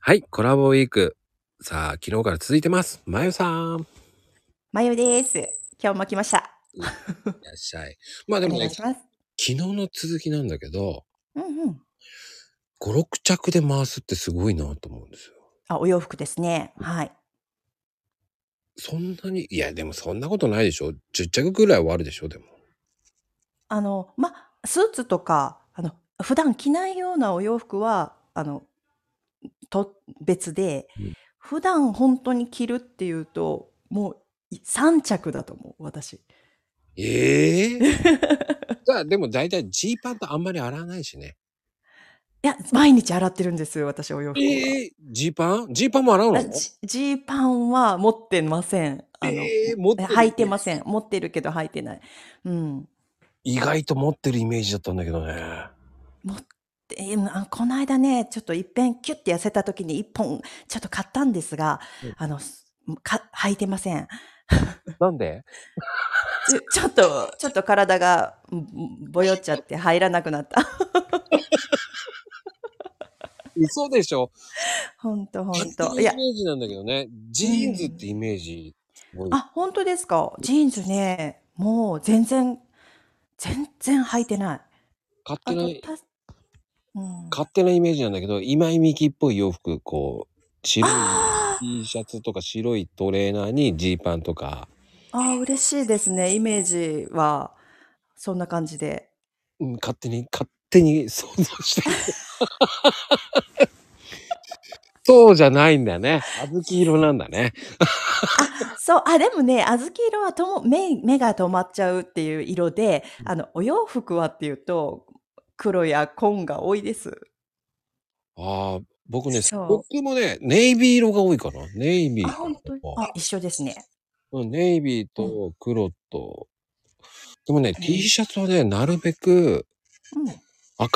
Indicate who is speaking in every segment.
Speaker 1: はい、コラボウィーク。さあ、昨日から続いてます。まゆさん。い
Speaker 2: まゆです。今日も来ました。
Speaker 1: らっしゃい。まあで
Speaker 2: お
Speaker 1: も
Speaker 2: 願
Speaker 1: ね、
Speaker 2: いします。
Speaker 1: 昨日の続きなんだけど、
Speaker 2: うんうん。
Speaker 1: 5、6着で回すってすごいなと思うんですよ。
Speaker 2: あ、お洋服ですね。はい。
Speaker 1: そんなに、いや、でもそんなことないでしょ。10着ぐらいはあるでしょ、でも。
Speaker 2: あの、ま、スーツとか、あの、普段着ないようなお洋服は、あの、と、別で
Speaker 1: うん、
Speaker 2: 普段本当に着るっていうと、もうい3着だと思う、私。
Speaker 1: ええさあ、でも大体ジーパンとあんまり洗わないしね。
Speaker 2: いや、毎日洗ってるんですよ、私、お洋服を。
Speaker 1: ええジーパンジーパンも洗うの
Speaker 2: あジジーパンは持ってません。あの、
Speaker 1: えー持ってる
Speaker 2: 履いてません。持ってるけど履いてない。うん。
Speaker 1: 意外と持ってるイメージだったんだけど ね。
Speaker 2: 持って、えーあこの間ね、ちょっと一遍キュッて痩せた時に一本ちょっと買ったんですが
Speaker 1: うん、
Speaker 2: あの、すか履いてません。
Speaker 1: なんで
Speaker 2: ちょちょっと、ちょっと体がんぼよっちゃって入らなくなった。
Speaker 1: 嘘でしょ
Speaker 2: ほんとほん
Speaker 1: 勝
Speaker 2: と。
Speaker 1: 手
Speaker 2: い
Speaker 1: な
Speaker 2: や
Speaker 1: イ、メージなんだけどね。ジーンズってイメージ。
Speaker 2: あ、本当ですか。ジーンズね、もう全然、全然履いてない。
Speaker 1: 勝
Speaker 2: あ
Speaker 1: 手
Speaker 2: と
Speaker 1: な、、
Speaker 2: た、うん。
Speaker 1: 勝手なイメージなんだけど、今井美樹っぽい洋服、こう、白
Speaker 2: あ
Speaker 1: い T シャツとか白いトレーナーにジーパンとか。
Speaker 2: あー、嬉しいですね。イメージは、そんな感じで。
Speaker 1: うん勝手に、勝手に想像してる。そうじゃないんだね。小豆色なんだね。
Speaker 2: そう、あ、でもね、小豆色はとも目、目が止まっちゃうっていう色で、あの、お洋服はっていうと、黒や紺が多いです。
Speaker 1: ああ、僕ね、
Speaker 2: そう
Speaker 1: 僕もね、ネイビー色が多いかな。ネイビー
Speaker 2: あ、
Speaker 1: とか。
Speaker 2: 本当にあ、一緒ですね。
Speaker 1: うんネイビーと黒と。でもね、
Speaker 2: うん
Speaker 1: T シャツはね、なるべく
Speaker 2: うん。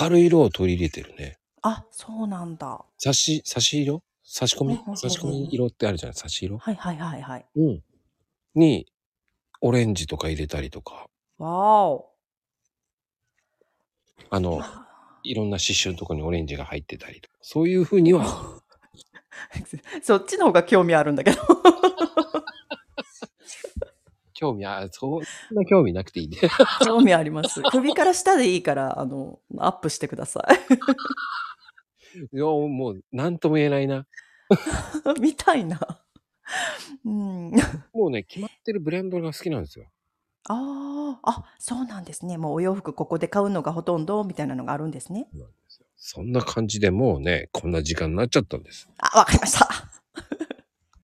Speaker 1: 明るい色を取り入れてるね。
Speaker 2: あ、そうなんだ。
Speaker 1: 差し、差し色差し込み
Speaker 2: うんうんうん
Speaker 1: 差し込み色ってあるじゃない差し色
Speaker 2: はいはいはいはい。
Speaker 1: うん。に、オレンジとか入れたりとか、
Speaker 2: わーお。
Speaker 1: あの、いろんな刺繍のとこにオレンジが入ってたりとか、そういう風には、
Speaker 2: そっちの方が興味あるんだけど。
Speaker 1: 興味あ、そんな興味なくていいね。
Speaker 2: 興味あります。首から下でいいから、あの、アップしてくださ
Speaker 1: いや、もう、なんとも言えないな。
Speaker 2: い。みたいな。うん。
Speaker 1: もうね、決まってるブレンドが好きなんですよ。
Speaker 2: ああ、あ、そうなんですね。もうお洋服ここで買うのがほとんどみたいなのがあるんですね。
Speaker 1: そんな感じでもうね、こんな時間になっちゃったんです。
Speaker 2: あ、わかりました。